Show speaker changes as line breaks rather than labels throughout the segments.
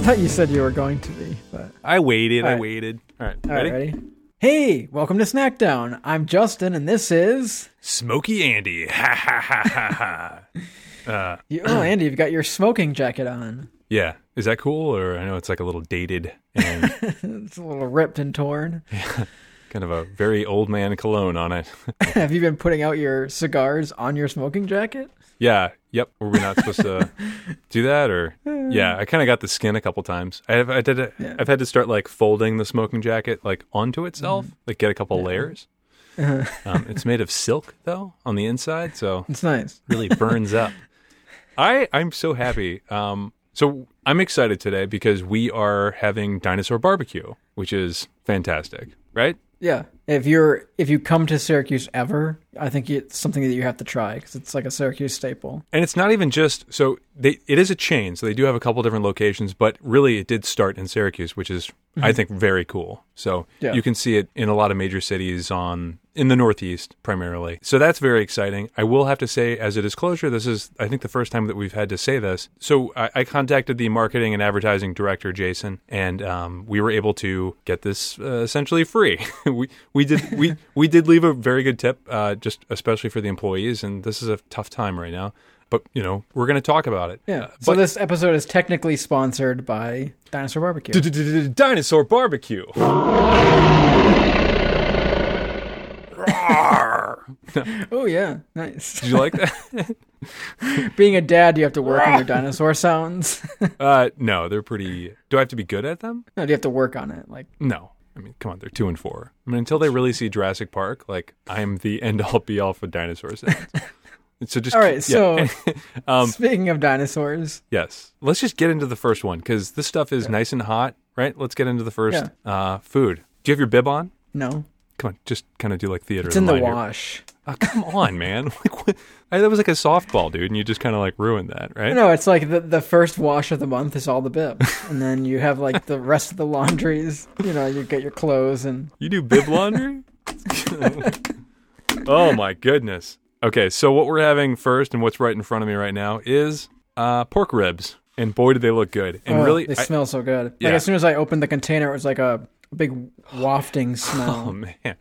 thought you said you were going to be, but
I waited. I
Alright.
waited. All right.
all
ready?
right, ready? Hey, welcome to Snackdown. I'm Justin, and this is
Smokey Andy. Ha ha ha ha ha. Uh,
you, oh Andy. You've got your smoking jacket on.
Yeah. Is that cool? Or I know it's like a little dated and
It's a little ripped and torn.
kind of a very old man cologne on it.
Have you been putting out your cigars on your smoking jacket?
yeah. Yep. Were we not supposed to do that? Or yeah, I kind of got the skin a couple times. I have. I did. A, I've had to start like folding the smoking jacket like onto itself, like get a couple layers. um, it's made of silk though on the inside, so
It's nice.
really burns up. I I'm so happy. Um, so I'm excited today because we are having dinosaur barbecue, which is fantastic, right?
Yeah. If you're if you come to Syracuse ever, I think it's something that you have to try because it's like a Syracuse staple.
And it's not even just so they it is a chain, so they do have a couple different locations, but really it did start in Syracuse, which is I think very cool. So
Yeah.
you can see it in a lot of major cities on in the Northeast primarily. So that's very exciting. I will have to say as a disclosure, this is I think the first time that we've had to say this. So I, I contacted the marketing and advertising director Jason, and um, we were able to get this uh, essentially free. we we did we we did leave a very good tip, uh, just especially for the employees, and this is a tough time right now. But you know we're going to talk about it.
Yeah.
Uh,
so
but-
this episode is technically sponsored by Dinosaur Barbecue.
Dinosaur barbecue.
oh yeah, nice.
Did you like that?
Being a dad, you have to work on your dinosaur sounds.
Uh, no, they're pretty. Do I have to be good at them?
no, you have to work on it. Like
No. I mean, come on, they're two and four. I mean, until they really see Jurassic Park, like I'm the end all be all for dinosaur sounds. so just
all right.
yeah.
So speaking of dinosaurs,
yes, let's just get into the first one because this stuff is nice and hot, right? Let's get into the first uh, food. Do you have your bib on?
no,
Come on, just kind of do like theater.
it's in the
mind here.
wash.
Oh, come on, man! Like what? I, that was like a softball, dude, and you just kind of like ruined that, right?
No, it's like the the first wash of the month is all the bib, and then you have like the rest of the laundries. You know, you get your clothes and
You do bib laundry? oh my goodness. Okay, so what we're having first and what's right in front of me right now is uh, pork ribs. And boy, do they look good. And
oh,
really,
they
I-
smell so good.
Yeah.
Like as soon as I opened the container, it was like a big wafting smell.
oh man.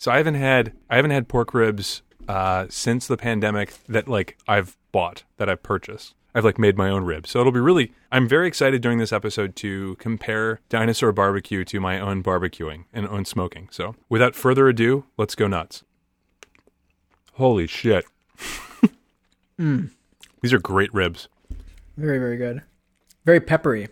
So I haven't had I haven't had pork ribs uh, since the pandemic that like I've bought that I've purchased. I've like made my own ribs. So it'll be really I'm very excited during this episode to compare dinosaur barbecue to my own barbecuing and own smoking. So without further ado, let's go nuts. Holy shit. These are great ribs.
Very very good. Very peppery.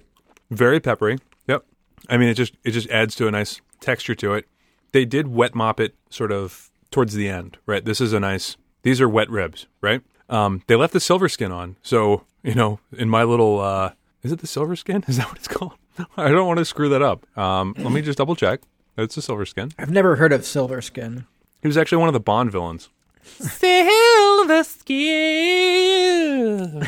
Very peppery. Yep. I mean, it just it just adds to a nice texture to it. They did wet mop it sort of towards the end, right? This is a nice. These are wet ribs, right? Um, they left the silver skin on, so you know, in my little, uh, is it the silver skin? Is that what it's called? I don't want to screw that up. Um, let me just double check. It's the silver skin.
I've never heard of silver skin.
He was actually one of the Bond villains.
Silver skin.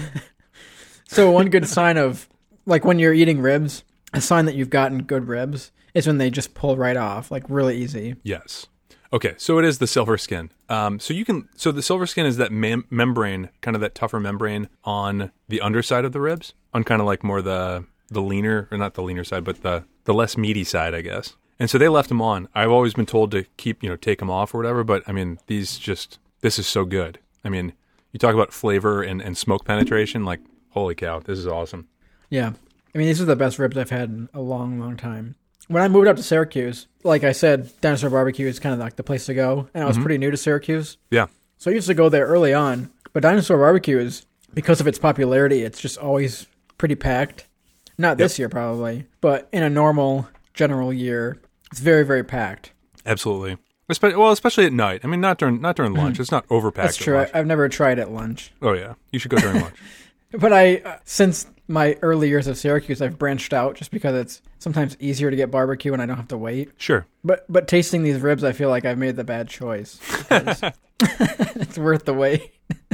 So one good sign of like when you're eating ribs, a sign that you've gotten good ribs is when they just pull right off, like really easy.
Yes. Okay, so it is the silver skin. Um, so you can so the silver skin is that mem- membrane, kind of that tougher membrane on the underside of the ribs, on kind of like more the the leaner or not the leaner side, but the the less meaty side, I guess. And so they left them on. I've always been told to keep you know take them off or whatever, but I mean these just this is so good. I mean you talk about flavor and and smoke penetration, like holy cow, this is awesome.
Yeah. I mean, these are the best ribs I've had in a long, long time. When I moved up to Syracuse, like I said, Dinosaur Barbecue is kind of like the place to go. And I was
Mm-hmm.
pretty new to Syracuse.
Yeah,
So I used to go there early on. But Dinosaur Barbecue is, because of its popularity, it's just always pretty packed. Not this year, probably, but in a normal, general year, it's very, very packed.
absolutely. Espe- well, especially at night. I mean, not during not during lunch. It's not overpacked.
Mm-hmm. That's
at
true. I,
lunch.
I've never tried at lunch.
Oh yeah, you should go during lunch.
But I, uh, since my early years of Syracuse, I've branched out just because it's sometimes easier to get barbecue and I don't have to wait.
Sure.
But but tasting these ribs, I feel like I've made the bad choice. because it's worth the wait.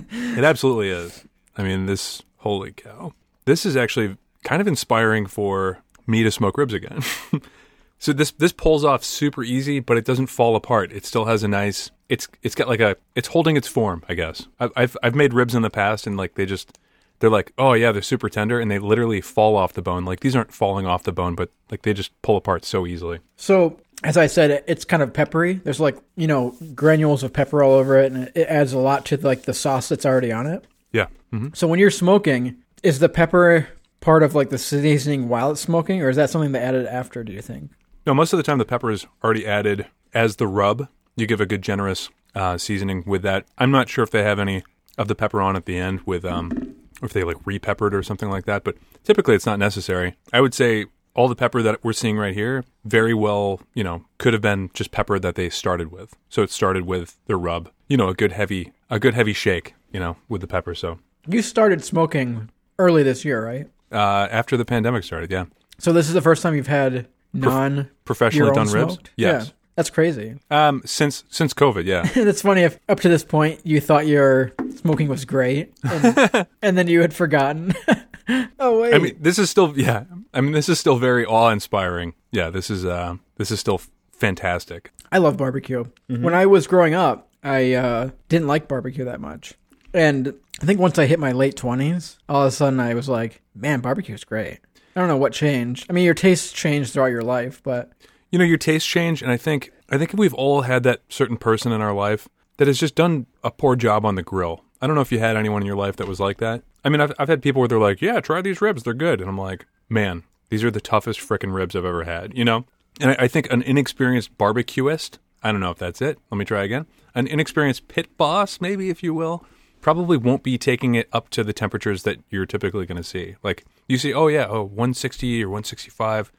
It absolutely is. I mean, this, holy cow. This is actually kind of inspiring for me to smoke ribs again. so this this pulls off super easy, but it doesn't fall apart. It still has a nice it's it's got like a it's holding its form, I guess. I've I've, I've made ribs in the past and like they just they're like, oh yeah, they're super tender, and they literally fall off the bone. Like these aren't falling off the bone, but like they just pull apart so easily.
So, as I said, it- it's kind of peppery. There's like, you know, granules of pepper all over it, and it- it adds a lot to like the sauce that's already on it.
Yeah, hmm
So, when you're smoking, is the pepper part of like the seasoning while it's smoking, or is that something they added after, do you think?
No, most of the time the pepper is already added as the rub. You give a good generous uh, seasoning with that. I'm not sure if they have any of the pepper on at the end with um or if they like repeppered or something like that, but typically it's not necessary. I would say all the pepper that we're seeing right here very well, you know, could have been just pepper that they started with. So it started with the rub. You know, a good heavy a good heavy shake, you know, with the pepper. So
You started smoking early this year, right?
uh, after the pandemic started, yeah.
So, this is the first time you've had non
Professionally
your own
done ribs?
smoked?
Yes.
Yeah. That's crazy.
Um since since COVID, yeah.
That's funny. If up to this point you thought your smoking was great, and, and then you had forgotten. oh wait,
I mean, this is still yeah. I mean, this is still very awe inspiring. Yeah, this is uh, this is still f- fantastic.
I love barbecue. When I was growing up, I uh, didn't like barbecue that much, and I think once I hit my late twenties, all of a sudden I was like, "Man, barbecue is great." I don't know what changed. I mean, your tastes change throughout your life, but
You know, your tastes change, and I think I think we've all had that certain person in our life that has just done a poor job on the grill. I don't know if you had anyone in your life that was like that. I mean, I've I've had people where they're like, "Yeah, try these ribs; they're good," and I'm like, "Man, these are the toughest frickin' ribs I've ever had." You know, and I, I think an inexperienced barbecuist. I don't know if that's it. Let me try again. An inexperienced pit boss, maybe, if you will. probably won't be taking it up to the temperatures that you're typically going to see. Like you see, oh yeah, oh 160 or 165,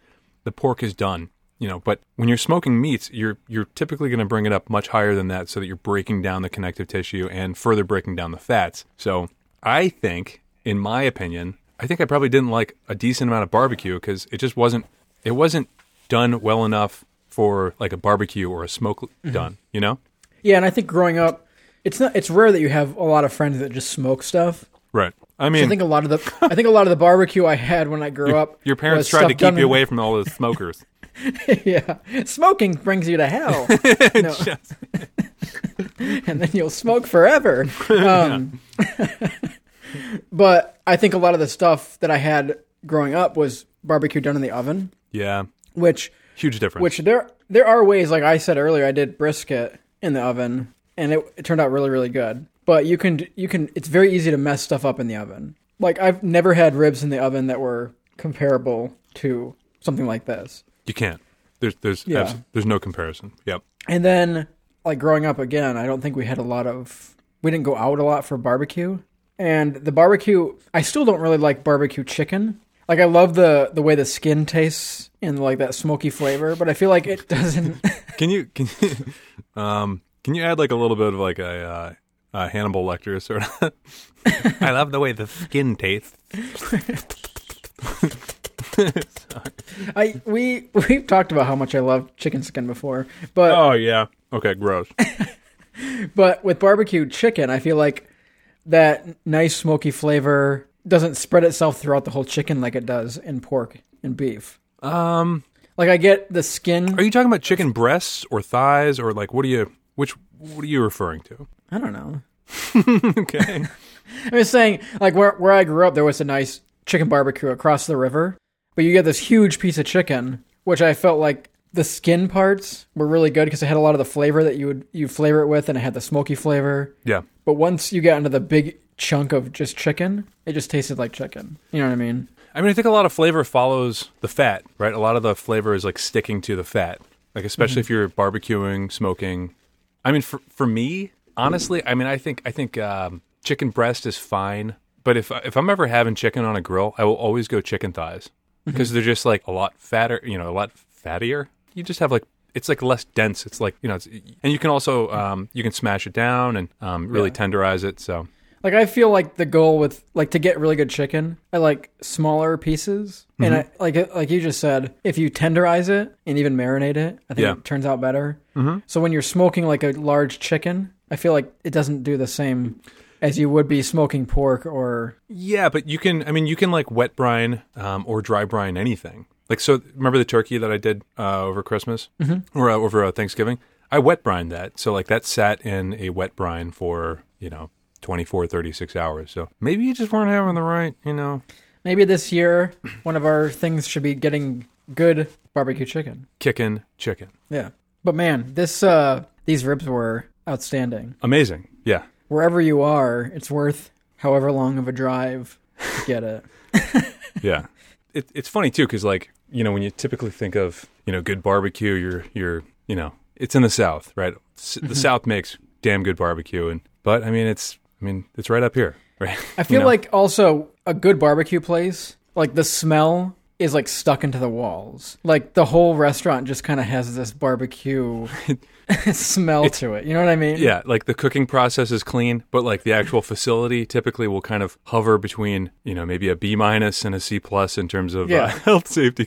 the pork is done, you know. But when you're smoking meats, you're you're typically going to bring it up much higher than that, so that you're breaking down the connective tissue and further breaking down the fats. So I think, in my opinion, I think I probably didn't like a decent amount of barbecue because it just wasn't it wasn't done well enough for like a barbecue or a smoke
Mm-hmm.
done, you know.
yeah. And I think growing up, it's not. It's rare that you have a lot of friends that just smoke stuff.
Right. I
I
mean,
think a lot of the I think a lot of the barbecue I had when I grew up.
Your
was
parents tried
uh, stuff
to keep
done
you
with-
away from all those smokers.
yeah, smoking brings you to hell, No. and then you'll smoke forever. Um, but I think a lot of the stuff that I had growing up was barbecue done in the oven,
yeah,
which
huge difference.
which there there are ways. Like I said earlier, I did brisket in the oven, and it, it turned out really really good. But you can you can it's very easy to mess stuff up in the oven. Like I've never had ribs in the oven that were comparable to something like this.
you can't. There's there's
Yeah.
abs- there's no comparison. Yep.
And then, like growing up again, I don't think we had a lot of. We didn't go out a lot for barbecue, and the barbecue. I still don't really like barbecue chicken. Like I love the the way the skin tastes and like that smoky flavor, but I feel like it doesn't.
Can you can you, um can you add like a little bit of like a uh, uh, Hannibal Lecter sort of? I love the way the skin tastes.
I we we've talked about how much I love chicken skin before, but
Oh yeah. Okay, gross.
but with barbecue chicken, I feel like that nice smoky flavor doesn't spread itself throughout the whole chicken like it does in pork and beef.
Um,
Like I get the skin.
are you talking about chicken breasts or thighs or like what are you which what are you referring to?
I don't know.
Okay.
I'm just saying, like where where I grew up, there was a nice chicken barbecue across the river, but you get this huge piece of chicken, which I felt like the skin parts were really good because it had a lot of the flavor that you would you flavor it with, and it had the smoky flavor.
yeah.
But once you got into the big chunk of just chicken, it just tasted like chicken. You know what I mean?
I mean, I think a lot of flavor follows the fat, right? A lot of the flavor is like sticking to the fat, like especially if you're barbecuing, smoking. I mean, for for me, honestly, I mean, I think I think um, chicken breast is fine, but if if I'm ever having chicken on a grill, I will always go chicken thighs because they're just like a lot fatter, you know, a lot fattier. You just have like it's like less dense. It's like you know, it's, and you can also um, you can smash it down and um, really tenderize it. So
Like I feel like the goal with like to get really good chicken, I like smaller pieces, and I like like you just said, if you tenderize it and even marinate it, I think
Yeah.
it turns out better. Mm-hmm. So when you're smoking like a large chicken, I feel like it doesn't do the same as you would be smoking pork or
Yeah, but you can. I mean, you can like wet brine um, or dry brine anything. Like so, remember the turkey that I did uh, over Christmas or uh, over uh, Thanksgiving? I wet brined that. So like that sat in a wet brine for you know 24, 36 hours. So maybe you just weren't having the right, you know.
Maybe this year, one of our things should be getting good barbecue chicken.
kicking chicken.
Yeah. But man, this uh these ribs were outstanding.
Amazing. Yeah.
Wherever you are, it's worth however long of a drive to get it.
Yeah. It, it's funny too cuz like, you know, when you typically think of, you know, good barbecue, you're you're, you know, it's in the south, right? S-
Mm-hmm.
The south makes damn good barbecue and but I mean it's I mean, it's right up here, right?
I feel like also a good barbecue place, like the smell is like stuck into the walls. Like the whole restaurant just kind of has this barbecue smell to it. You know what I mean?
Yeah, like the cooking process is clean, but like the actual facility typically will kind of hover between, you know, maybe a B minus and a C plus in terms of uh,
Yeah.
health safety.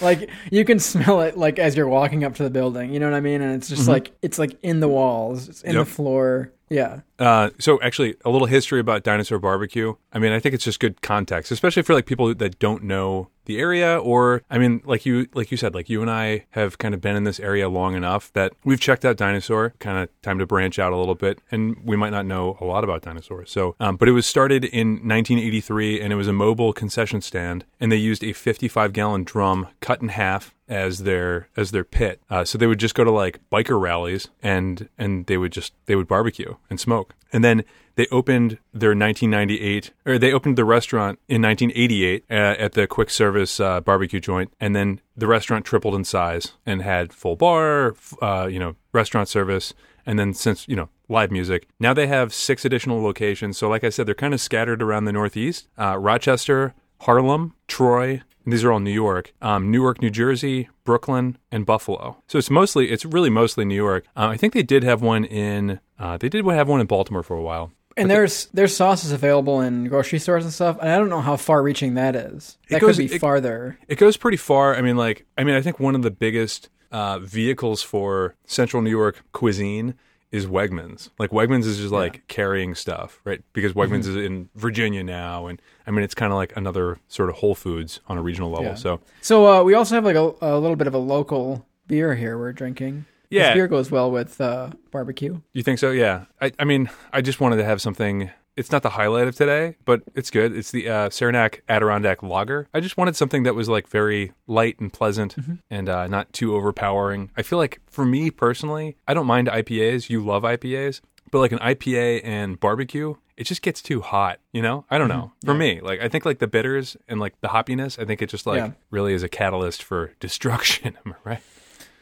Like you can smell it like as you're walking up to the building. You know what I mean? And it's just like it's like in the walls, it's in
Mm-hmm. Yep.
the floor. Yeah.
Uh, so actually, a little history about Dinosaur Barbecue. I mean, I think it's just good context, especially for like people that don't know the area, or I mean, like you, like you said, like you and I have kind of been in this area long enough that we've checked out Dinosaur. Kind of time to branch out a little bit, and we might not know a lot about Dinosaur. So, um, but it was started in 1983, and it was a mobile concession stand, and they used a 55 gallon drum cut in half as their as their pit. Uh, so they would just go to like biker rallies and and they would just they would barbecue and smoke. And then they opened their 1998 or they opened the restaurant in 1988 uh, at the quick service uh, barbecue joint. And then the restaurant tripled in size and had full bar, f- uh, you know, restaurant service. And then since you know live music, now they have six additional locations. So like I said, they're kind of scattered around the Northeast, uh, Rochester, Harlem, Troy, and these are all New York, um, Newark, New Jersey, Brooklyn, and Buffalo. So it's mostly, it's really mostly New York. Uh, I think they did have one in, uh, they did have one in Baltimore for a while.
And there's there's sauces available in grocery stores and stuff, and I don't know how far reaching that is. That
goes-
could be
it-
farther.
It goes pretty far. I mean, like, I mean, I think one of the biggest uh, vehicles for Central New York cuisine is Wegmans. Like, Wegmans is just like carrying stuff, right? Because Wegmans is in Virginia now, and I mean, it's kind of like another sort of Whole Foods on a regional level.
Yeah.
So
So uh, we also have like a, a little bit of a local beer here we're drinking.
Yeah.
this beer goes well with uh, barbecue.
You think so? Yeah. I, I mean, I just wanted to have something. It's not the highlight of today, but it's good. It's the uh, Saranac Adirondack Lager. I just wanted something that was like very light and pleasant and uh, not too overpowering. I feel like for me personally, I don't mind IPAs. You love IPAs, but like an IPA and barbecue, it just gets too hot. You know? I don't know. For me, like I think like the bitters and like the hoppiness, I think it just like
Yeah.
really is a catalyst for destruction. Am I right?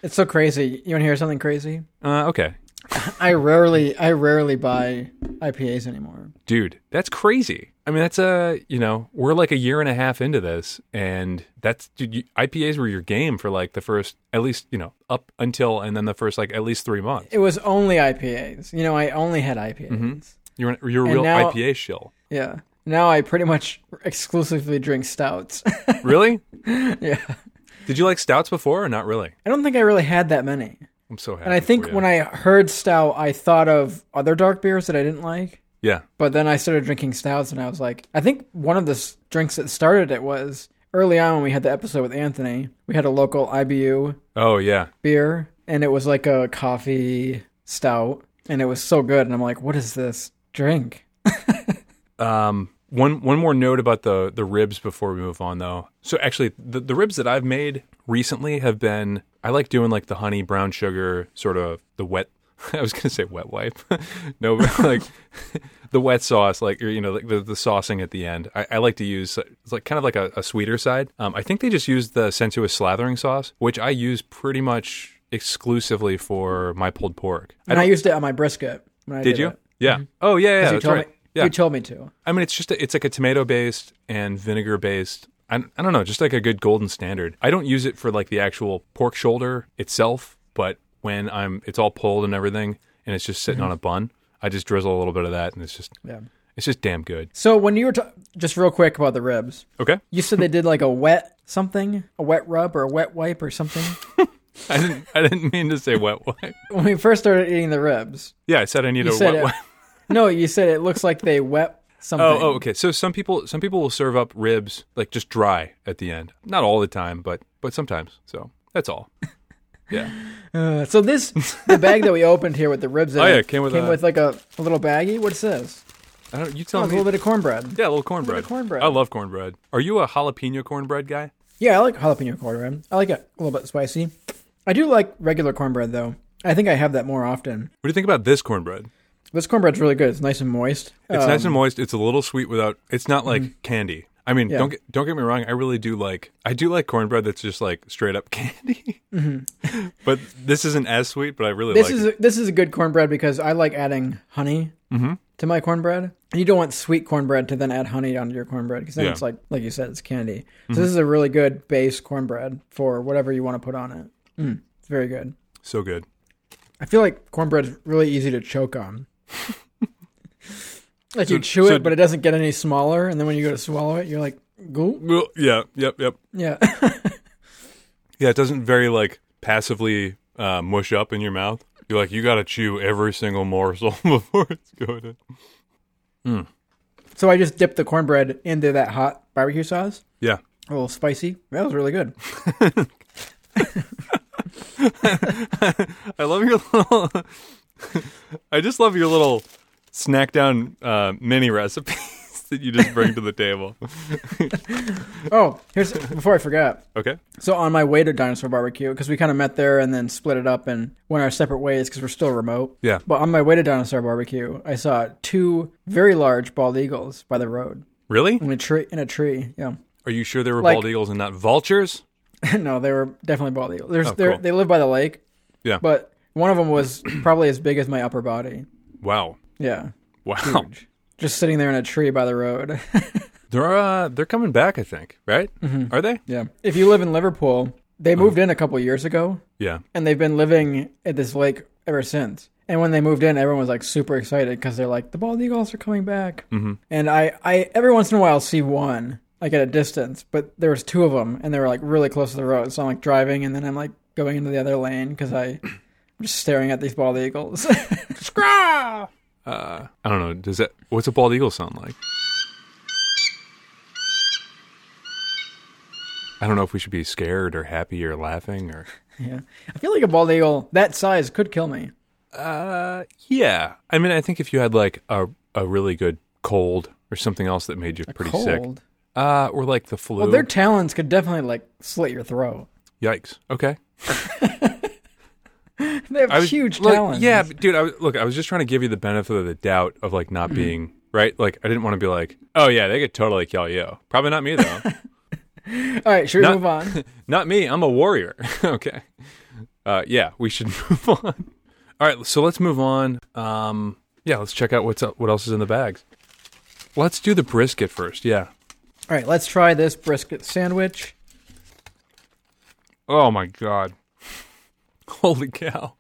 It's so crazy. You want to hear something crazy?
Uh, okay,
I rarely I rarely buy IPAs anymore.
dude that's crazy i mean that's a you know we're like a year and a half into this and that's dude, you, ipas were your game for like the first at least you know up until and then the first like at least three months
It was only IPAs. You know, I only had IPAs.
you're, an- you're a
And
real
now-
ipa shill
Yeah. Now I pretty much exclusively drink stouts.
really
yeah.
did you like stouts before or not really
I don't think I really had that many.
i'm so happy
And I think when I heard stout, I thought of other dark beers that I didn't like.
yeah
But then I started drinking stouts, and I was like, I think one of the s- drinks that started it was early on when we had the episode with Anthony. We had a local IBU
oh yeah
beer, and it was like a coffee stout, and it was so good. And I'm like, what is this drink?
Um, one one more note about the the ribs before we move on, though. So actually, the, the ribs that I've made recently have been I like doing like the honey brown sugar sort of the wet. I was gonna say wet wipe, no, but like the wet sauce, like or, you know, like the, the saucing at the end. I, I like to use it's like kind of like a, a sweeter side. Um, I think they just use the sensuous slathering sauce, which I use pretty much exclusively for my pulled pork. I
And I, used it on my brisket. When I did,
did you?
it.
Yeah. Oh yeah, yeah.
You
that's
told
right.
me.
Yeah.
You told me to.
I mean, it's just a, it's like a tomato based and vinegar based. I, I don't know, just like a good golden standard. I don't use it for like the actual pork shoulder itself, but when I'm it's all pulled and everything, and it's just sitting on a bun, I just drizzle a little bit of that, and it's just
Mm-hmm. Yeah.
it's just damn good.
So when you were t- just real quick about the ribs,
Okay,
you said they did like a wet something, a wet rub or a wet wipe or something.
I didn't I didn't mean to say wet wipe.
when we first started eating the ribs,
Yeah, I said I need
you
a
said
wet
it,
wipe.
no, you said it looks like they wet something.
Oh, oh, okay. So some people some people will serve up ribs like just dry at the end. Not all the time, but but sometimes. So that's all. Yeah.
Uh, so this the bag that we opened here with the ribs. In
Oh,
it
yeah, came with a-
like a, a little baggie. What's this?
I don't. You
Oh,
tell
a
me.
little bit of cornbread.
yeah, a little cornbread.
of cornbread.
I love cornbread. Are you a jalapeno cornbread guy?
Yeah, I like jalapeno cornbread. I like it a little bit spicy. I do like regular cornbread though. I think I have that more often.
What do you think about this cornbread?
This cornbread's really good. It's nice and moist.
It's
Um, Mm-hmm.
nice and moist. It's a little sweet without. It's not like candy. I mean, don't get don't get me wrong. I really do like. I do like cornbread that's just like straight up candy. but this isn't as sweet. But I really
Mm-hmm. This
like.
is
it.
a, this is a good cornbread because I like adding honey
Mm-hmm.
to my cornbread. And you don't want sweet cornbread to then add honey onto your cornbread because then
Yeah. Mm-hmm.
it's like like you said, it's candy. So this is a really good base cornbread for whatever you want to put on it. Mm, it's very good.
so good.
I feel like cornbread's really easy to choke on. like you
So-
chew
so-
it, but it doesn't get any smaller, and then when you go to swallow it, you're like, "Gulp."
Well, yeah. Yep. Yep.
Yeah,
Yeah. It doesn't very like passively uh, mush up in your mouth. You're like you got to chew every single morsel before it's going in.
so I just dipped the cornbread into that hot barbecue sauce,
Yeah.
a little spicy. That was really good.
I love your little. I just love your little snack down uh, mini recipes that you just bring to the table.
Oh, here's before I forgot.
Okay.
So on my way to Dinosaur Barbecue, because we kind of met there and then split it up and went our separate ways because we're still remote.
Yeah.
But on my way to Dinosaur Barbecue, I saw two very large bald eagles by the road
Really?
in a tree. In a tree, yeah.
Are you sure they were
Like-
bald eagles and not vultures?
no, they were definitely bald eagles. There's,
Oh,
they're-
cool.
They live by the lake.
Yeah.
But one of them was probably as big as my upper body.
Wow.
Yeah.
Wow.
Just sitting there in a tree by the road.
They're uh, they're coming back, I think, right? Are they?
yeah. If you live in Liverpool,
Oh.
they moved in a couple years ago.
Yeah.
and they've been living at this lake ever since. And when they moved in, everyone was like super excited because they're like, the bald eagles are coming back. Mm-hmm. And I, I every once in a while see one like at a distance, but there was two of them, and they were like really close to the road. So I'm like driving, and then I'm like going into the other lane because I. I'm just staring at these bald eagles.
Scraw! Uh, I don't know. Does that what's a bald eagle sound like? I don't know if we should be scared or happy or laughing or.
yeah. I feel like a bald eagle that size could kill me.
Uh, yeah. I mean, I think if you had like a a really good cold or something else that made you pretty sick,
Cold.
uh, or like the flu.
Well, their talons could definitely like slit your throat.
Yikes. Okay.
They have
I was-
huge
look,
talons.
Yeah, but dude. I was, look, I was just trying to give you the benefit of the doubt of like
Mm-hmm.
not being right. Like, I didn't want to be like, oh yeah, they could totally kill you. Probably not me though.
All right, should we
Not-
move on?
not me. I'm a warrior. okay. Uh, yeah, we should move on. All right, so let's move on. Um, yeah, let's check out what's up, what else is in the bags. Let's do the brisket first. Yeah.
All right, let's try this brisket sandwich.
Oh my god. Holy cow.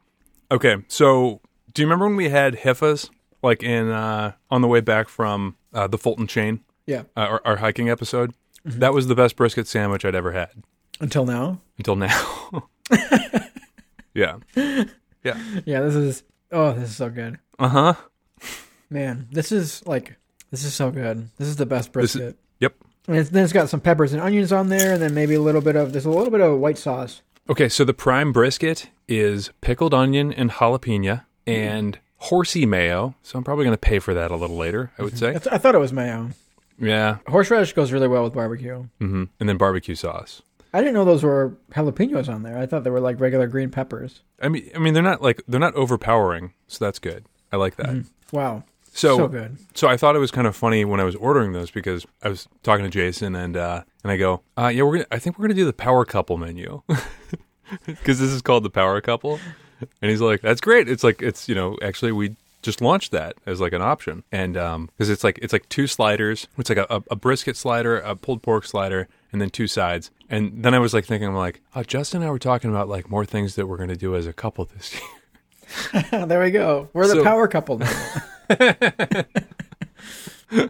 Okay, so do you remember when we had HIFAs like in uh on the way back from uh the Fulton chain,
Yeah.
uh, our, our hiking episode? That was the best brisket sandwich I'd ever had
Until now.
until now. yeah. Yeah.
Yeah, this is oh, this is so good.
Uh-huh.
Man, this is like this is so good. This is the best
This is-
brisket.
Yep.
and it's, then it's got some peppers and onions on there, and then maybe a little bit of there's a little bit of white sauce.
Okay, so the prime brisket is pickled onion and jalapeno and horsey mayo. So I'm probably going to pay for that a little later, I would say.
That's, I thought it was mayo.
Yeah.
Horseradish goes really well with barbecue.
Mhm. And then barbecue sauce.
I didn't know those were jalapenos on there. I thought they were like regular green peppers.
I mean, I mean, they're not like they're not overpowering, so that's good. I like that.
Wow,
So,
so good.
so I thought it was kind of funny when I was ordering those because I was talking to Jason and uh, and I go, uh, yeah, we're gonna, I think we're gonna do the power couple menu because this is called the power couple, and he's like, that's great. It's like it's you know actually we just launched that as like an option and um because it's like it's like two sliders it's like a, a, a brisket slider a pulled pork slider and then two sides and then i was like thinking i'm like oh, justin and i were talking about like more things that we're going to do as a couple this year
there we go. We're the
So-
power couple now.
I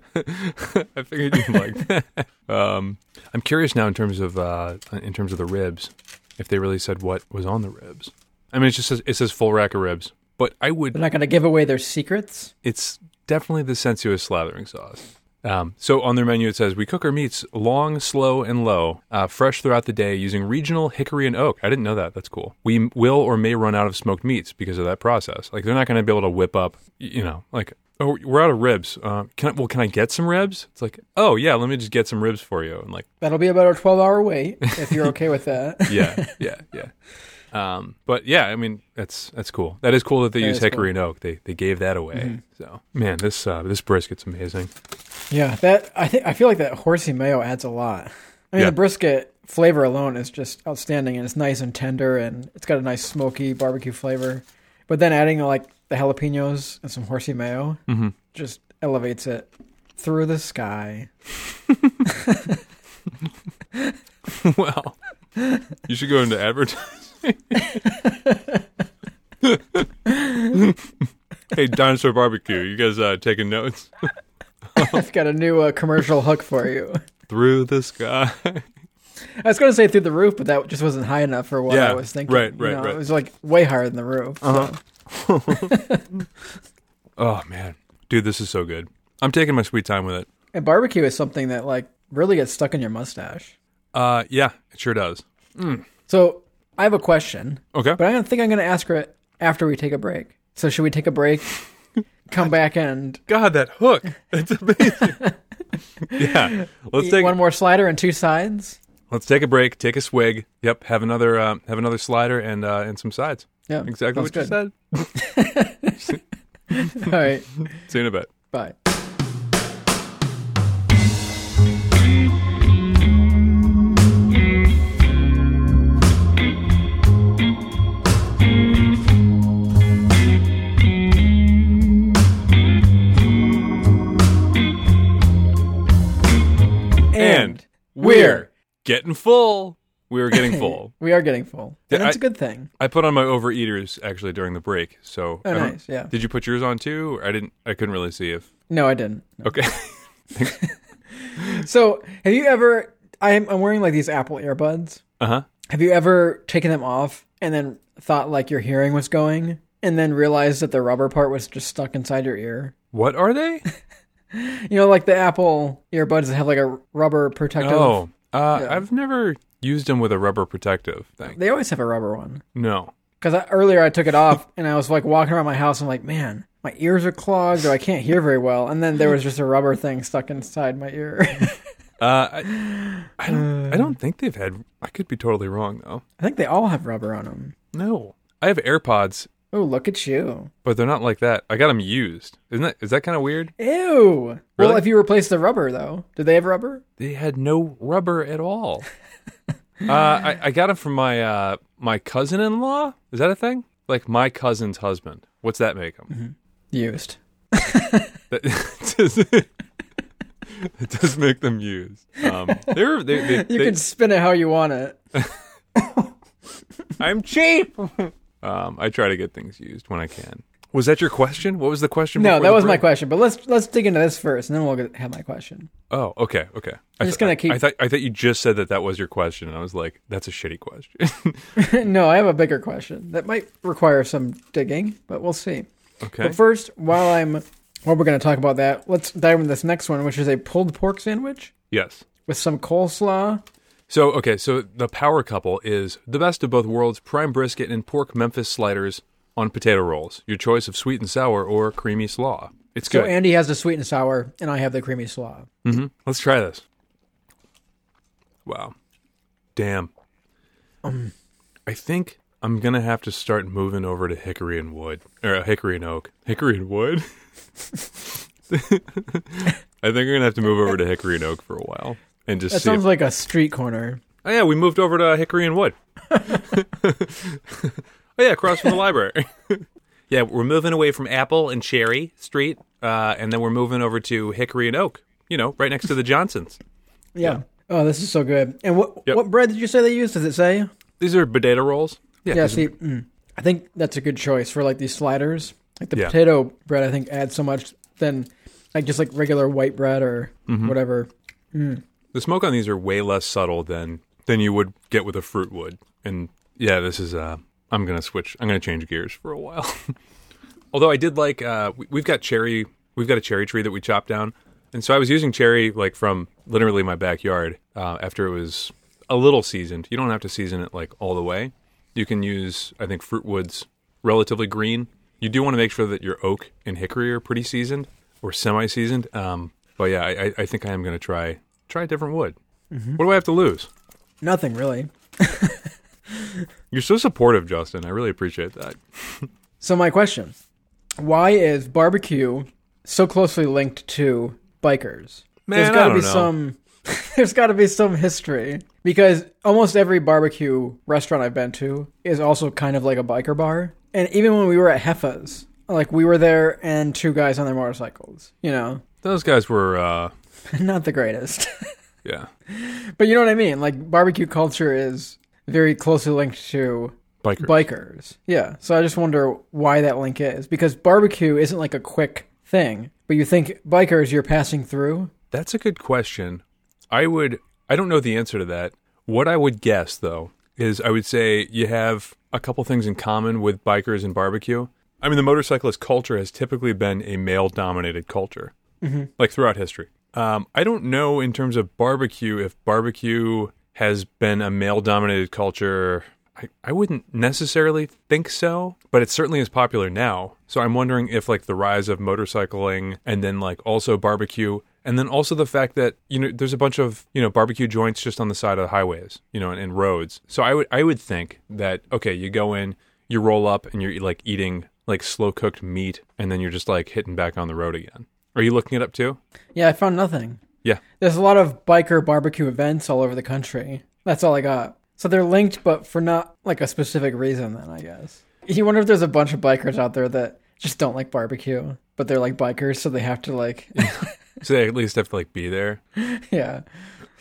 figured you'd like that. Um, I'm curious now in terms of uh, in terms of the ribs, if they really said what was on the ribs. I mean, it just says, it says full rack of ribs, but I
They're
would.
not going to give away their secrets.
It's definitely the sensuous slathering sauce. Um, so on their menu it says we cook our meats long, slow, and low, uh, fresh throughout the day using regional hickory and oak. I didn't know that. That's cool. We m- will or may run out of smoked meats because of that process. Like they're not going to be able to whip up, y- you know, like oh, we're out of ribs. Uh, can I, well, can I get some ribs? It's like, oh yeah, let me just get some ribs for you. And like,
That'll be about a 12 hour wait if you're okay with that.
yeah, yeah, yeah. Um, but yeah, I mean, that's that's cool. That is cool that they use
is cool. Mm-hmm.
hickory and oak. They they gave that away. So man, this uh, this brisket's amazing.
Yeah, that I think I feel like that horsey mayo adds a lot. I mean,
Yeah.
the brisket flavor alone is just outstanding, and it's nice and tender, and it's got a nice smoky barbecue flavor. But then adding like the jalapenos and some horsey mayo
Mm-hmm.
just elevates it through the sky.
well, you should go into advertising. hey, Dinosaur Barbecue, you guys uh, taking notes?
I've got a new uh, commercial hook for you.
Through the sky.
I was going to say through the roof, but that just wasn't high enough for what
Yeah,
I was thinking.
right,
you
right,
know,
right. Uh-huh.
It was like way higher than the roof. so-
Oh man, dude, this is so good. I'm taking my sweet time with it.
And barbecue is something that like really gets stuck in your mustache.
Uh, yeah, it sure does.
So I have a question.
Okay.
But I don't think I'm going to ask her it after we take a break. So should we take a break, come back, and
God, that hook. That's amazing. yeah. Let's
eat
take
one more slider and two sides?
let's take a break, take a swig. Yep, have another uh, have another slider and uh, and some sides.
Yeah,
Exactly what
sounds
you said.
good. All right,
See you in a bit.
bye.
And
we're-
getting full. We were getting full.
we are getting full.
Yeah,
And that's
I-
a good thing.
I put on my overeaters actually during the break. So
Oh,
I don't-
nice, yeah.
Did you put yours on too? Or I didn't. I couldn't really see if.
No, I didn't.
Okay.
So, have you ever? I'm, I'm wearing like these Apple earbuds.
Uh huh.
Have you ever taken them off and then thought like your hearing was going, and then realized that the rubber part was just stuck inside your ear?
What are they?
You know, like the Apple earbuds that have like a rubber protective.
Oh, uh, I've never used them with a rubber protective thing.
They always have a rubber one.
No.
Because I, earlier I took it off and I was like walking around my house. I'm like, man, my ears are clogged or I can't hear very well. And then there was just a rubber thing stuck inside my ear.
Uh, I, I
Uh.
don't. I don't think they've had. I could be totally wrong though.
I think they all have rubber on them.
No. I have AirPods,
Oh, look at you.
but they're not like that. I got them used. Isn't that? Is that kind of weird?
Ew. Well,
Really?
if you replace the rubber, though, do they have rubber?
they had no rubber at all. uh, I, I got them from my uh, my cousin in law. Is that a thing? Like my cousin's husband. What's that make him?
Used. Mm-hmm.
That, it does- it does make them used. Um, they're, they, they,
You
they-
can spin it how you want it.
I'm cheap. um, I try to get things used when I can. Was that your question? What was the question?
No,
before
that
the
was my
break?
question. But let's let's dig into this first, and then we'll get, have my question.
Oh, okay, okay. I'm
just gonna keep-
I thought I thought you just said that that was your question, and I was like, "That's a shitty question."
no, I have a bigger question that might require some digging, but we'll see.
okay.
But first, while I'm while we're going to talk about that, let's dive into this next one, which is a pulled pork sandwich
yes.
with some coleslaw.
So, okay, so the power couple is the best of both worlds prime brisket and pork Memphis sliders on potato rolls. Your choice of sweet and sour or creamy slaw. It's
So
good.
Andy has the sweet and sour, and I have the creamy slaw.
Let's try this. Wow. Damn.
Um,
I think I'm going to have to start moving over to hickory and wood, or hickory and oak. Hickory and wood? I think I'm going to have to move over to hickory and oak for a while and just
That
see if
sounds like a street corner.
Oh yeah, we moved over to Hickory and Wood. oh yeah, across from the library. yeah, we're moving away from Apple and Cherry Street, uh, and then we're moving over to Hickory and Oak. You know, right next to the Johnsons.
Yeah. Oh, this is so good. And what
Yep.
what bread did you say they used? Does it say?
These are potato rolls.
Yeah, see, mm, I think that's a good choice for like these sliders. Like the
Yeah.
potato bread, I think adds so much than like just like regular white bread or
Mm-hmm.
whatever.
The smoke on these are way less subtle than than you would get with a fruit wood. And yeah, this is uh I'm going to switch. I'm going to change gears for a while. Although I did like uh we, we've got cherry we've got a cherry tree that we chopped down. And so I was using cherry like from literally my backyard uh after it was a little seasoned. You don't have to season it like all the way. You can use I think fruit woods relatively green. You do want to make sure that your oak and hickory are pretty seasoned or semi seasoned. Um, but yeah, I, I- I think I am going to try try a different wood.
Mm-hmm.
What do I have to lose?
Nothing really.
You're so supportive, Justin. I really appreciate that.
So my question: Why is barbecue so closely linked to bikers?
Man,
there's
I
gotta
don't
be
know.
some. there's got to be some history because almost every barbecue restaurant I've been to is also kind of like a biker bar. And even when we were at Heffa's, like we were there and two guys on their motorcycles. You know,
Those guys were, uh,
not the greatest.
yeah,
But you know what I mean? Like barbecue culture is very closely linked to
bikers.
bikers. Yeah. So I just wonder why that link is because barbecue isn't like a quick thing, but you think bikers you're passing through?
That's a good question. I would I don't know the answer to that. What I would guess though is I would say you have a couple things in common with bikers and barbecue. I mean the motorcyclist culture has typically been a male dominated culture. Like throughout history. Um, I don't know in terms of barbecue if barbecue has been a male dominated culture. I, I wouldn't necessarily think so, but it certainly is popular now. So I'm wondering if like the rise of motorcycling and then like also barbecue and then also the fact that you know there's a bunch of you know barbecue joints just on the side of highways, you know, and, and roads. So I would I would think that okay, you go in, you roll up, and you're like eating like slow cooked meat, and then you're just like hitting back on the road again. Are you looking it up too?
Yeah, I found nothing.
Yeah.
There's a lot of biker barbecue events all over the country. That's all I got. So they're linked, but for not like a specific reason, then I guess. You wonder if there's a bunch of bikers out there that just don't like barbecue, but they're like bikers, so they have to like,
So they at least have to like be there.
yeah.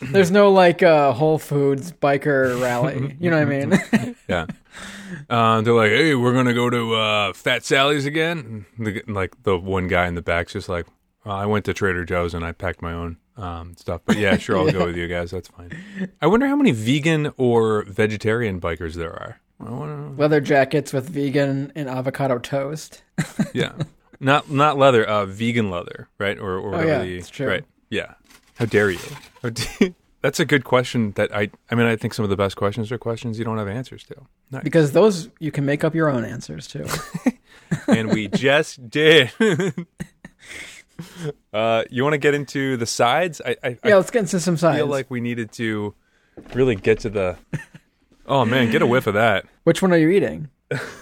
There's no like uh, Whole Foods biker rally. You know what I mean?
Yeah. Uh, they're like, hey, we're gonna go to uh, Fat Sally's again. And the, like the one guy in the back's just like, "Uh, I went to Trader Joe's and I packed my own um, stuff. But yeah, sure, I'll go with you guys. That's fine. I wonder how many vegan or vegetarian bikers there are. I wanna-
leather jackets with vegan and avocado toast.
yeah, not not leather, uh, vegan leather, right? Or or whatever
Oh, yeah,
the
it's true.
right. Yeah. How dare you? How d- That's a good question. That I I mean, I think some of the best questions are questions you don't have answers to. Nice.
Because those you can make up your own answers to.
and we just did. uh, you want to get into the sides? I, I,
yeah, let's get into some
I
sides.
feel like we needed to really get to the. Oh man, get a whiff of that!
Which one are you eating?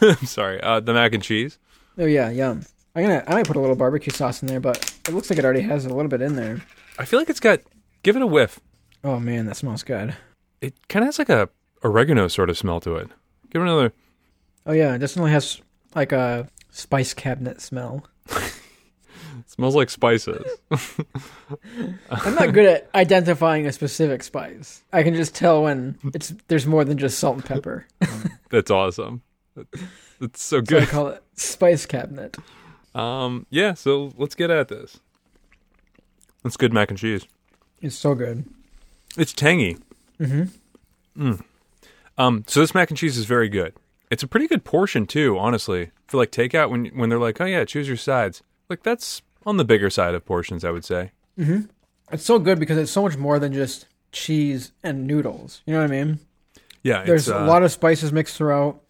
I'm sorry. Uh, the mac and cheese.
Oh yeah, yum. I'm gonna I might put a little barbecue sauce in there, but it looks like it already has a little bit in there.
I feel like it's got. Give it a whiff.
Oh man, that smells good.
It kind of has like a oregano sort of smell to it. Give it another.
Oh yeah, it definitely has like a spice cabinet smell.
It smells like spices.
I'm not good at identifying a specific spice. I can just tell when it's there's more than just salt and pepper.
That's awesome. That's so
So I
good.
call it spice cabinet.
Um, yeah. So let's get at this. That's good mac and cheese.
It's so good.
It's tangy. Mm-hmm.
Mm-hmm.
Um, so this mac and cheese is very good. It's a pretty good portion too, honestly, for like takeout. When when they're like, oh yeah, choose your sides. Like that's on the bigger side of portions, I would say.
It's so good because it's so much more than just cheese and noodles. You know what I mean?
Yeah,
There's
it's,
a
uh,
lot of spices mixed throughout.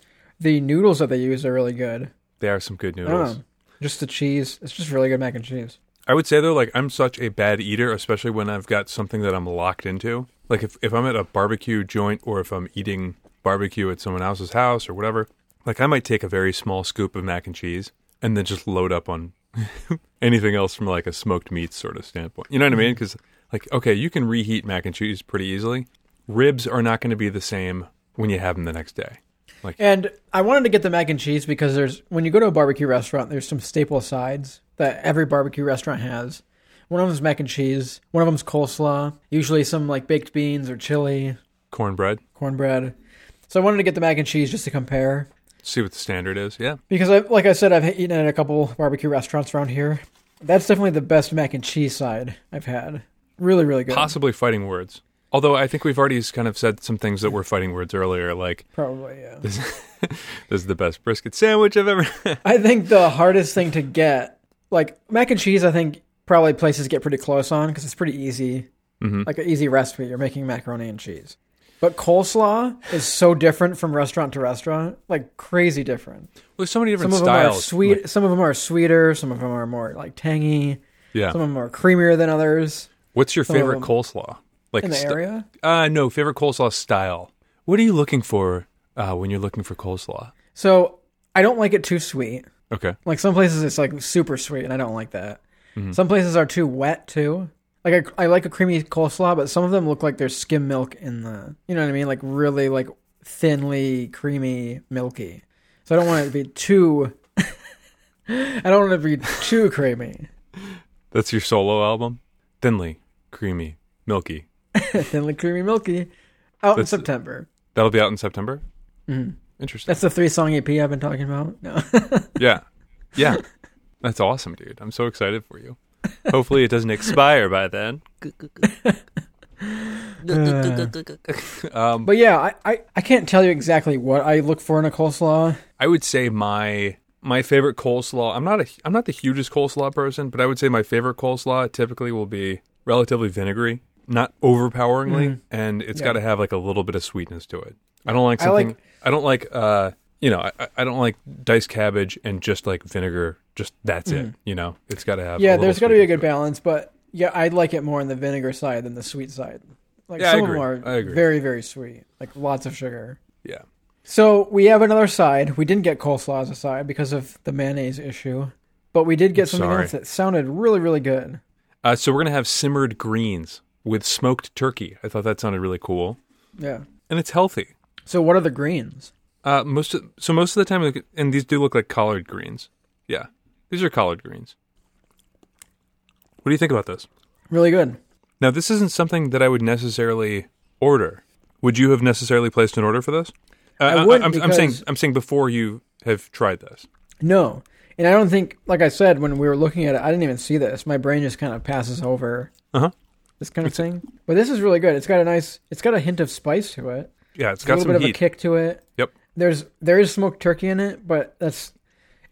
The noodles that they use are really good.
They are some good
I don't
noodles.
know. Just the cheese. It's just really good mac and cheese.
I would say though, like I'm such a bad eater, especially when I've got something that I'm locked into. Like if, if I'm at a barbecue joint or if I'm eating barbecue at someone else's house or whatever, like I might take a very small scoop of mac and cheese and then just load up on anything else from like a smoked meat sort of standpoint. You know what I mean? Because like okay, you can reheat mac and cheese pretty easily. Ribs are not going to be the same when you have them the next day.
And I wanted to get the mac and cheese because there's when you go to a barbecue restaurant, there's some staple sides that every barbecue restaurant has. One of them's mac and cheese. One of them's coleslaw. Usually some like baked beans or chili,
Cornbread,
cornbread. So I wanted to get the mac and cheese just to compare.
see what the standard is. Yeah,
Because, I, like I said, I've eaten at a couple barbecue restaurants around here. That's definitely the best mac and cheese side I've had. Really, really good.
possibly fighting words. Although I think we've already kind of said some things that were fighting words earlier, like
Probably, yeah.
This is the best brisket sandwich I've ever had.
I think the hardest thing to get, like mac and cheese, I think probably
Mm-hmm.
places get pretty close on because it's pretty easy, like an easy recipe. You're making macaroni and cheese. But coleslaw is so different from restaurant to restaurant, like crazy different.
There's so many
Some
different
of them are
styles.
sweet.
Like,
some of them are sweeter. Some of them are more like tangy.
yeah.
Some of them are creamier than others.
What's your
of
favorite
them-
coleslaw? Like
In the
st-
area,
Uh, no, favorite coleslaw style. What are you looking for uh, when you're looking for coleslaw?
so I don't like it too sweet.
Okay.
Like some places, it's like super sweet, and I don't like that. Some places are too wet too. Like I, I like a creamy coleslaw, but some of them look like there's skim milk in the. You know what I mean? Like really like thinly creamy, milky. So I don't want it to be too. I don't want it to be too creamy,
That's your solo album? Thinly, creamy, milky.
thinly creamy, milky. Out
That's-
in September.
That'll be out in September?
Mm-hmm.
Interesting.
That's the three song EP I've been talking about. No,
yeah. Yeah. That's awesome, dude. I'm so excited for you. Hopefully it doesn't expire by then.
but yeah, I, I I can't tell you exactly what I look for in a coleslaw.
I would say my my favorite coleslaw. I'm not a I'm not the hugest coleslaw person, but I would say my favorite coleslaw typically will be relatively vinegary, not overpoweringly,
Mm-hmm.
and it's got to have like a little bit of sweetness to it. I don't like
I like-
something. I, don't like uh you know I, I- I don't like diced cabbage and just like vinegar. Just that's it. You know, it's got to have.
Mm-hmm. Yeah,
little
there's got to be a
sweetness
good balance, but yeah, I'd like it more on the vinegar side than the sweet side. Like
Yeah, I
some of
agree.
them
I
are
agree.
very very sweet, like lots of sugar.
to it. Yeah.
So we have another side. We didn't get coleslaw as a side because of the mayonnaise issue, but we did get something
sorry.
else that sounded really really good.
Uh, so we're gonna have simmered greens with smoked turkey. I thought that sounded really cool,
Yeah.
and it's healthy.
So what are the greens?
Uh, most of, so most of the time, like, and these do look like collard greens. Yeah, these are collard greens. What do you think about this?
Really good.
Now, this isn't something that I would necessarily order. Would you have necessarily placed an order for this? Uh, I
wouldn't
I'm, I'm saying
because-
I'm saying before you have tried this.
No. And I don't think, like I said, when we were looking at it, I didn't even see this. My brain just kind of passes over
Uh huh.
this kind of thing. But this is really good. It's got a nice, it's got a hint of spice to it.
Yeah, it's
a
got
little
some
bit of
heat.
a kick to it.
Yep.
There's there is smoked turkey in it, but that's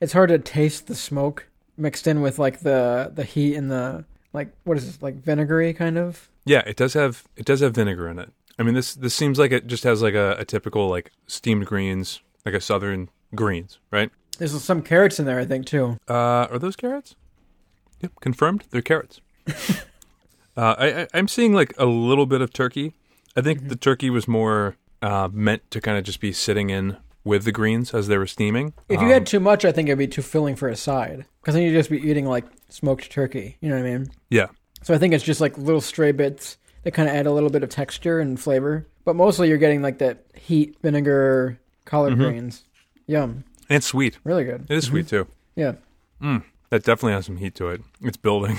it's hard to taste the smoke mixed in with like the the heat and the like what is this like vinegary kind of.
Yeah, it does have it does have vinegar in it. I mean, this this seems like it just has like a, a typical like steamed greens, like a southern greens, right?
There's some carrots in there, I think too.
Uh, are those carrots? Yep, confirmed. They're carrots. uh, I, I, I'm seeing like a little bit of turkey. I think
Mm-hmm.
the turkey was more uh, meant to kind of just be sitting in with the greens as they were steaming. Um,
If you had too much, I think it'd be too filling for a side because then you'd just be eating like smoked turkey. You know what I mean?
yeah,
So I think it's just like little stray bits that kind of add a little bit of texture and flavor, but mostly you're getting like that heat vinegar collard greens. Yum,
and it's sweet.
really good.
Mm-hmm. It is sweet
Mm-hmm.
too.
Yeah.
That definitely has some heat to it. It's building.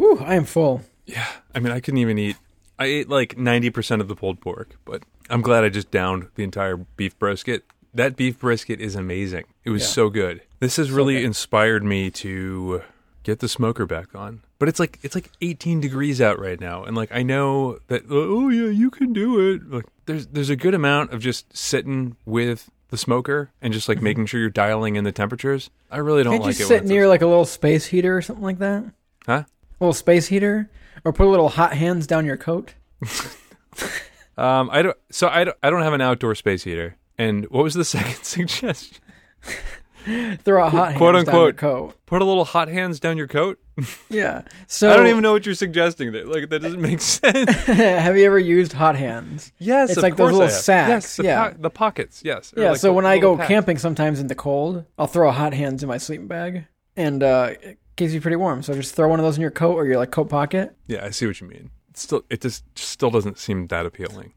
Ooh, I am full.
yeah, I mean, I couldn't even eat. I ate like 90% of the pulled pork, but I'm glad I just downed the entire beef brisket. That beef brisket is amazing. It was so good. This has really inspired me to get the smoker back on. But it's like it's like 18 degrees out right now and like I know that oh yeah, you can do it. Like there's there's a good amount of just sitting with the smoker and just like making sure you're dialing in the temperatures. I really don't
Can't
like
you
it when
sit
it's-
near like a little space heater or something like that? A
Huh?
little space heater, or put a little hot hands down your coat.
Um, I don't. So I don't, I don't have an outdoor space heater. And what was the second suggestion?
Throw a hot
quote,
hands
unquote.
down your coat.
Put a little hot hands down your coat.
Yeah. So
I don't even know what you're suggesting there. Like that doesn't make sense.
have you ever used hot hands?
yes,
It's
of
like those
course
little
I have.
sacks,
Yes, the,
yeah.
po- the pockets. Yes. Or
Yeah.
like
so
the
when I
little
go
pack.
camping, sometimes in the cold, I'll throw a hot hands in my sleeping bag, and uh, it keeps you pretty warm. So just throw one of those in your coat or your like coat pocket.
Yeah, I see what you mean. It's still, it just just still doesn't seem that appealing.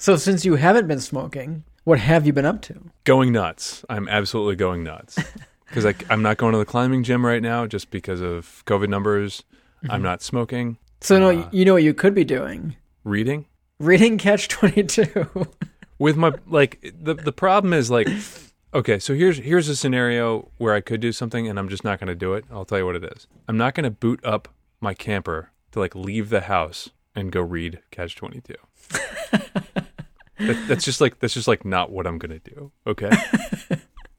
So since you haven't been smoking, what have you been up to?
Going nuts. I'm absolutely going nuts because I'm not going to the climbing gym right now just because of COVID numbers.
Mm-hmm.
I'm not smoking.
So no,
Uh.
you know what you could be doing:
Reading.
reading Catch Twenty Two.
with my like the the problem is like okay so here's here's a scenario where i could do something and i'm just not going to do it i'll tell you what it is i'm not going to boot up my camper to like leave the house and go read catch 22 that, that's just like that's just like not what i'm going to do okay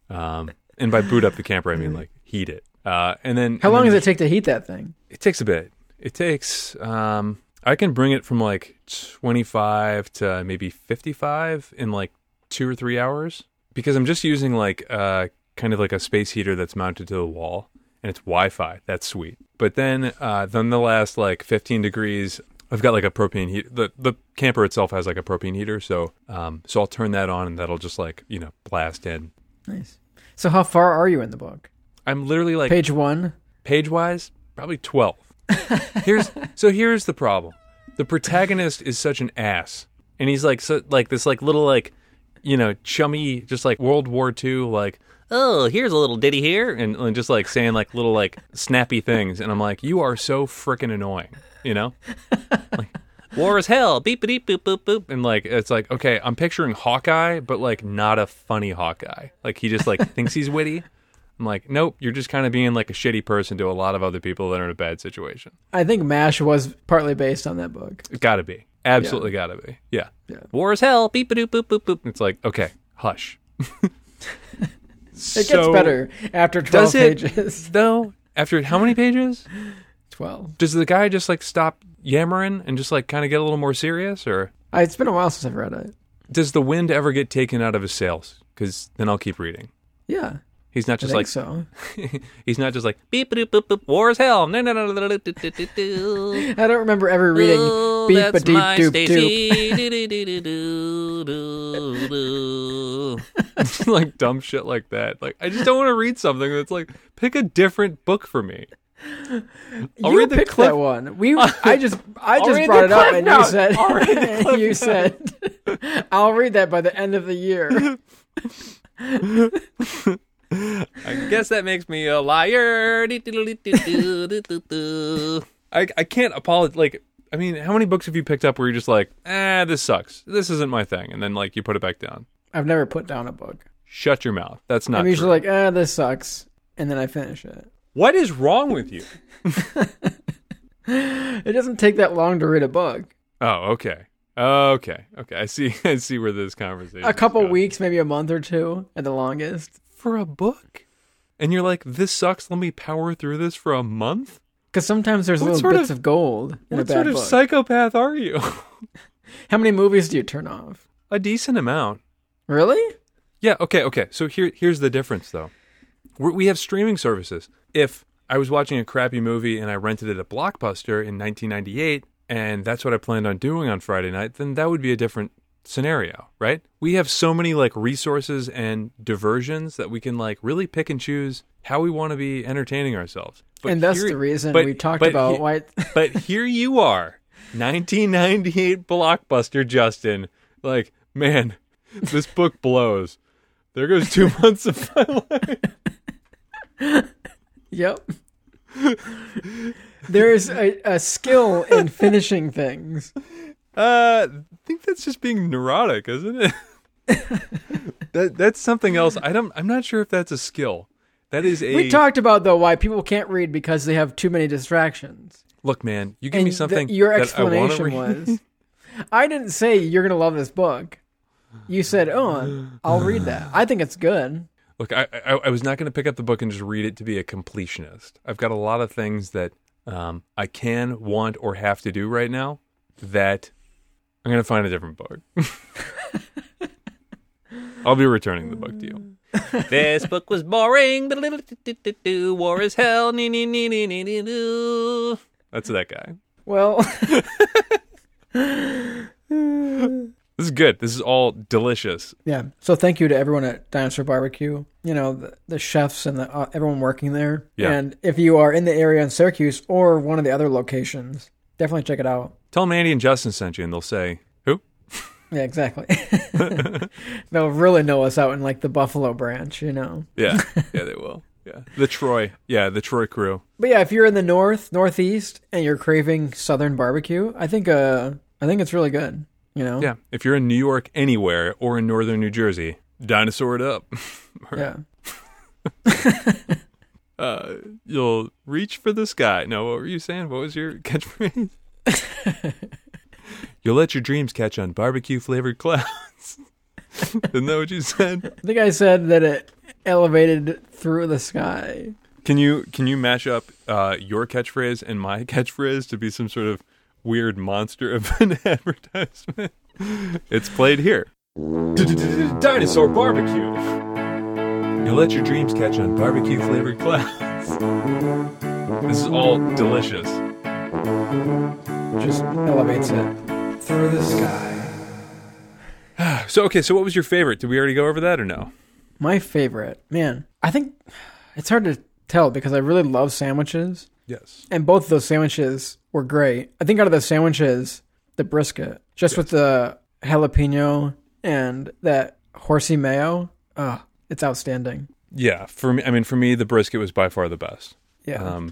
um and by boot up the camper i mean like heat it uh and then
How
and
long
then
does it take to heat that thing?
it takes a bit. It takes um I can bring it from like 25 to maybe 55 in like two or three hours because I'm just using like uh, kind of like a space heater that's mounted to the wall and it's Wi-Fi. That's sweet. But then uh, then the last like 15 degrees, I've got like a propane heat. The the camper itself has like a propane heater, so um, so I'll turn that on and that'll just like you know blast in.
Nice. So how far are you in the book?
I'm literally like
Page one.
page wise, probably 12. here's so here's the problem. The protagonist is such an ass. And he's like so, like this like little like you know, chummy just like World War II like oh, here's a little ditty here and, and just like saying like little like snappy things and I'm like you are so freaking annoying, you know? Like war is hell. Beep beep boop boop boop and like it's like okay, I'm picturing Hawkeye but like not a funny Hawkeye. Like he just like thinks he's witty. I'm like, nope, you're just kind of being like a shitty person to a lot of other people that are in a bad situation.
I think MASH was partly based on that book.
It's gotta be. Absolutely gotta be. Yeah. War is hell. Beep a doop boop boop boop. It's like, okay, hush.
It gets better after 12
Does it
pages.
though? After how many pages?
12.
Does the guy just like stop yammering and just like kind of get a little more serious, or
I, it's been a while since I've read it.
does the wind ever get taken out of his sails? Because then I'll keep reading.
Yeah.
He's not
I
just
think
like
so.
he's not just like beep a doop boop boop. War is hell. No no no no no. do, do, do, do.
I don't remember ever reading
Ooh,
beep a
Oh, that's
deep
my
doop doop.
Stacy. Do-do-do-do-do-do-do.
like dumb shit like that. Like I just don't want to read something that's like pick a different book for me. I'll
you
read the
picked
Cliff-
that one. We I just I just
read
brought
the
it up
Cliff
and you
Note.
said
I'll read the Cliff
you
Note.
said I'll read that by the end of the year.
I guess that makes me a liar.
Do-do-do-do-do-do-do.
I I can't apologize. Like I mean, how many books have you picked up where you're just like, ah, this sucks. This isn't my thing, and then like you put it back down.
I've never put down a book.
Shut your mouth. That's not
I'm
true.
usually like, ah, this sucks, and then I finish it.
what is wrong with you?
It doesn't take that long to read a book.
Oh, okay, okay, okay. I see. I see where this conversation.
A
is
couple
going.
weeks, maybe a month or two at the longest.
for a book, and you're like, this sucks. Let me power through this for a month.
Because sometimes there's
What
little
sort
bits
of-
of, gold in a
What
bad
sort of
book.
psychopath are you?
How many movies do you turn off?
a decent amount.
Really?
Yeah. Okay. Okay. So here, here's the difference, though. We're, we have streaming services. If I was watching a crappy movie and I rented it at Blockbuster in 1998, and that's what I planned on doing on Friday night, then that would be a different scenario, right? We have so many like resources and diversions that we can like really pick and choose how we want to be entertaining ourselves. But
and that's
here-
the reason
but-
we talked
but
about
he-
why.
but here you are, 1998 blockbuster, Justin. Like, man, this book blows. There goes two months of my life.
yep. There's a, a skill in finishing things.
Uh, I think that's just being neurotic, isn't it? that that's something else. I don't. I'm not sure if that's a skill. That is a
We talked about though why people can't read because they have too many distractions.
look, man. You give
And
me
the-
something.
your
that I wanna
explanation
read.
was, I didn't say you're gonna love this book. You said, "Oh, I'll read that. I think it's good."
Look, I, I I was not going to pick up the book and just read it to be a completionist. I've got a lot of things that um, I can, want, or have to do right now that I'm going to find a different book. I'll be returning the book to you.
This book was boring. Do-do-do-do-do-do. War is hell. Nee-nee-nee-nee-nee-nee-nee.
That's that guy.
Well,
This is good. This is all delicious.
yeah. So thank you to everyone at Dinosaur Barbecue. You know the, the chefs and the uh, everyone working there.
Yeah.
And if you are in the area in Syracuse or one of the other locations, definitely check it out.
Tell them Andy and Justin sent you, and they'll say, "Who?
Yeah, exactly. They'll really know us out in like the Buffalo branch, you know.
Yeah, yeah, they will. Yeah, the Troy. Yeah, the Troy crew.
But yeah, if you're in the north, northeast, and you're craving southern barbecue, I think uh, I think it's really good. You know.
Yeah, if you're in New York anywhere or in northern New Jersey, dinosaur it up."
Yeah.
uh, you'll reach for the sky. No, what were you saying? What was your catchphrase? you'll let your dreams catch on barbecue flavored clouds. Isn't that what you said?
I think I said that it elevated through the sky.
Can you can you mash up uh, your catchphrase and my catchphrase to be some sort of weird monster of an advertisement. It's played here. Dinosaur barbecue. You let your dreams catch on barbecue flavored clouds. This is all delicious.
Just elevates it.
Through the sky.
So okay, so what was your favorite? Did we already go over that or no?
My favorite, man. I think it's hard to tell because I really love sandwiches,
Yes.
and both of those sandwiches were great. I think out of the sandwiches, the brisket, just with the jalapeno and that horsey mayo, oh, it's outstanding.
Yeah, for me I mean for me the brisket was by far the best.
Yeah,
Um
Uh-huh.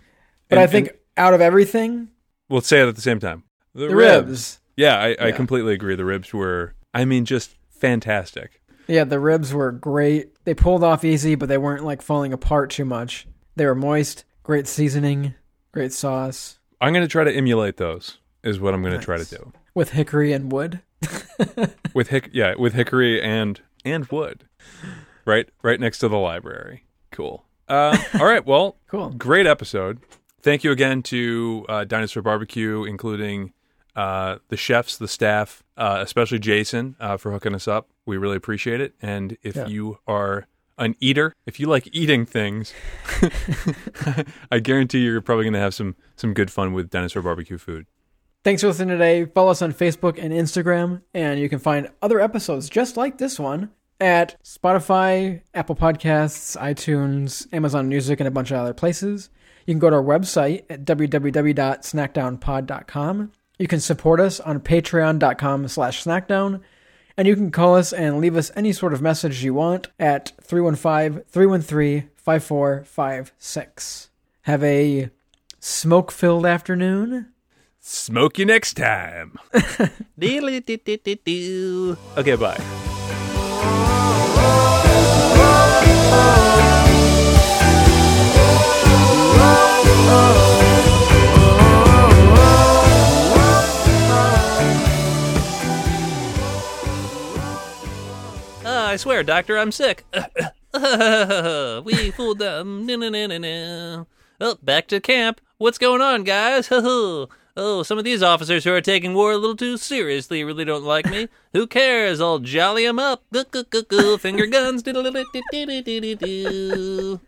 but
and-
I think out of everything,
we'll say it at the same time.
the ribs.
Yeah, I, I
Yeah.
completely agree. The ribs were I mean just fantastic.
Yeah, the ribs were great. They pulled off easy, but they weren't like falling apart too much. They were moist, great seasoning, great sauce
I'm gonna try to emulate those is what I'm gonna try to do.
with hickory and wood.
With hick yeah, with hickory and and wood. Right right next to the library. Cool. Uh, all right, well
Cool.
great episode. Thank you again to uh, Dinosaur Barbecue, including uh, the chefs, the staff, uh, especially Jason uh, for hooking us up. We really appreciate it. And if
Yeah.
you are an eater, if you like eating things, I guarantee you're probably going to have some some good fun with Dinosaur Barbecue food.
Thanks for listening today. Follow us on Facebook and Instagram, and you can find other episodes just like this one at Spotify, Apple Podcasts, iTunes, Amazon Music, and a bunch of other places. You can go to our website at www.snackdownpod.com. You can support us on patreon.com slash snackdown, and you can call us and leave us any sort of message you want at 315-313-5456. Have a smoke-filled afternoon.
Smoke you next time.
Diddly-doo-doo-doo-doo.
Okay, bye.
Ah, I swear, doctor, I'm sick. we fooled them. No, no, no, no, no. Oh, back to camp. What's going on, guys? oh, some of these officers who are taking war a little too seriously really don't like me. who cares? I'll jolly 'em up. Goo, goo, goo, goo. Finger guns. Diddle-diddle-diddle-diddle-diddle.